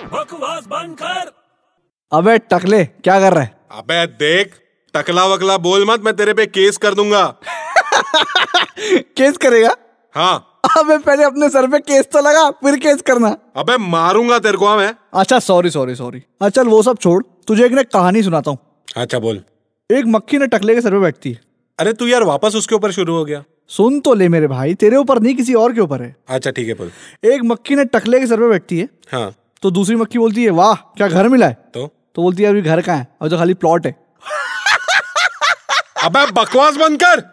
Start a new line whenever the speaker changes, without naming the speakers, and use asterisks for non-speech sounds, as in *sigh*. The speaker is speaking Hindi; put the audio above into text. आवाज बंद कर
अबे टकले क्या कर रहा है
अबे देख टकला वकला बोल मत मैं तेरे पे केस कर दूंगा
*laughs* केस करेगा
हाँ
अबे पहले अपने सर पे केस तो लगा फिर केस करना
अबे मारूंगा तेरे को हाँ मैं
अच्छा सॉरी सॉरी सॉरी अच्छा चल वो सब छोड़ तुझे एक ना कहानी सुनाता हूँ
अच्छा बोल
एक मक्खी ना टकले के सर पे बैठती है
अरे तू यार वापस उसके ऊपर शुरू हो गया
सुन तो ले मेरे भाई तेरे ऊपर नहीं किसी और के ऊपर है
अच्छा ठीक है बोल
एक मक्खी ने टकले के सर पे बैठती है
हाँ
तो दूसरी मक्खी बोलती है वाह क्या घर मिला है
तो
तो बोलती है अभी घर कहाँ है और जो खाली प्लॉट है
अबे बकवास बंद कर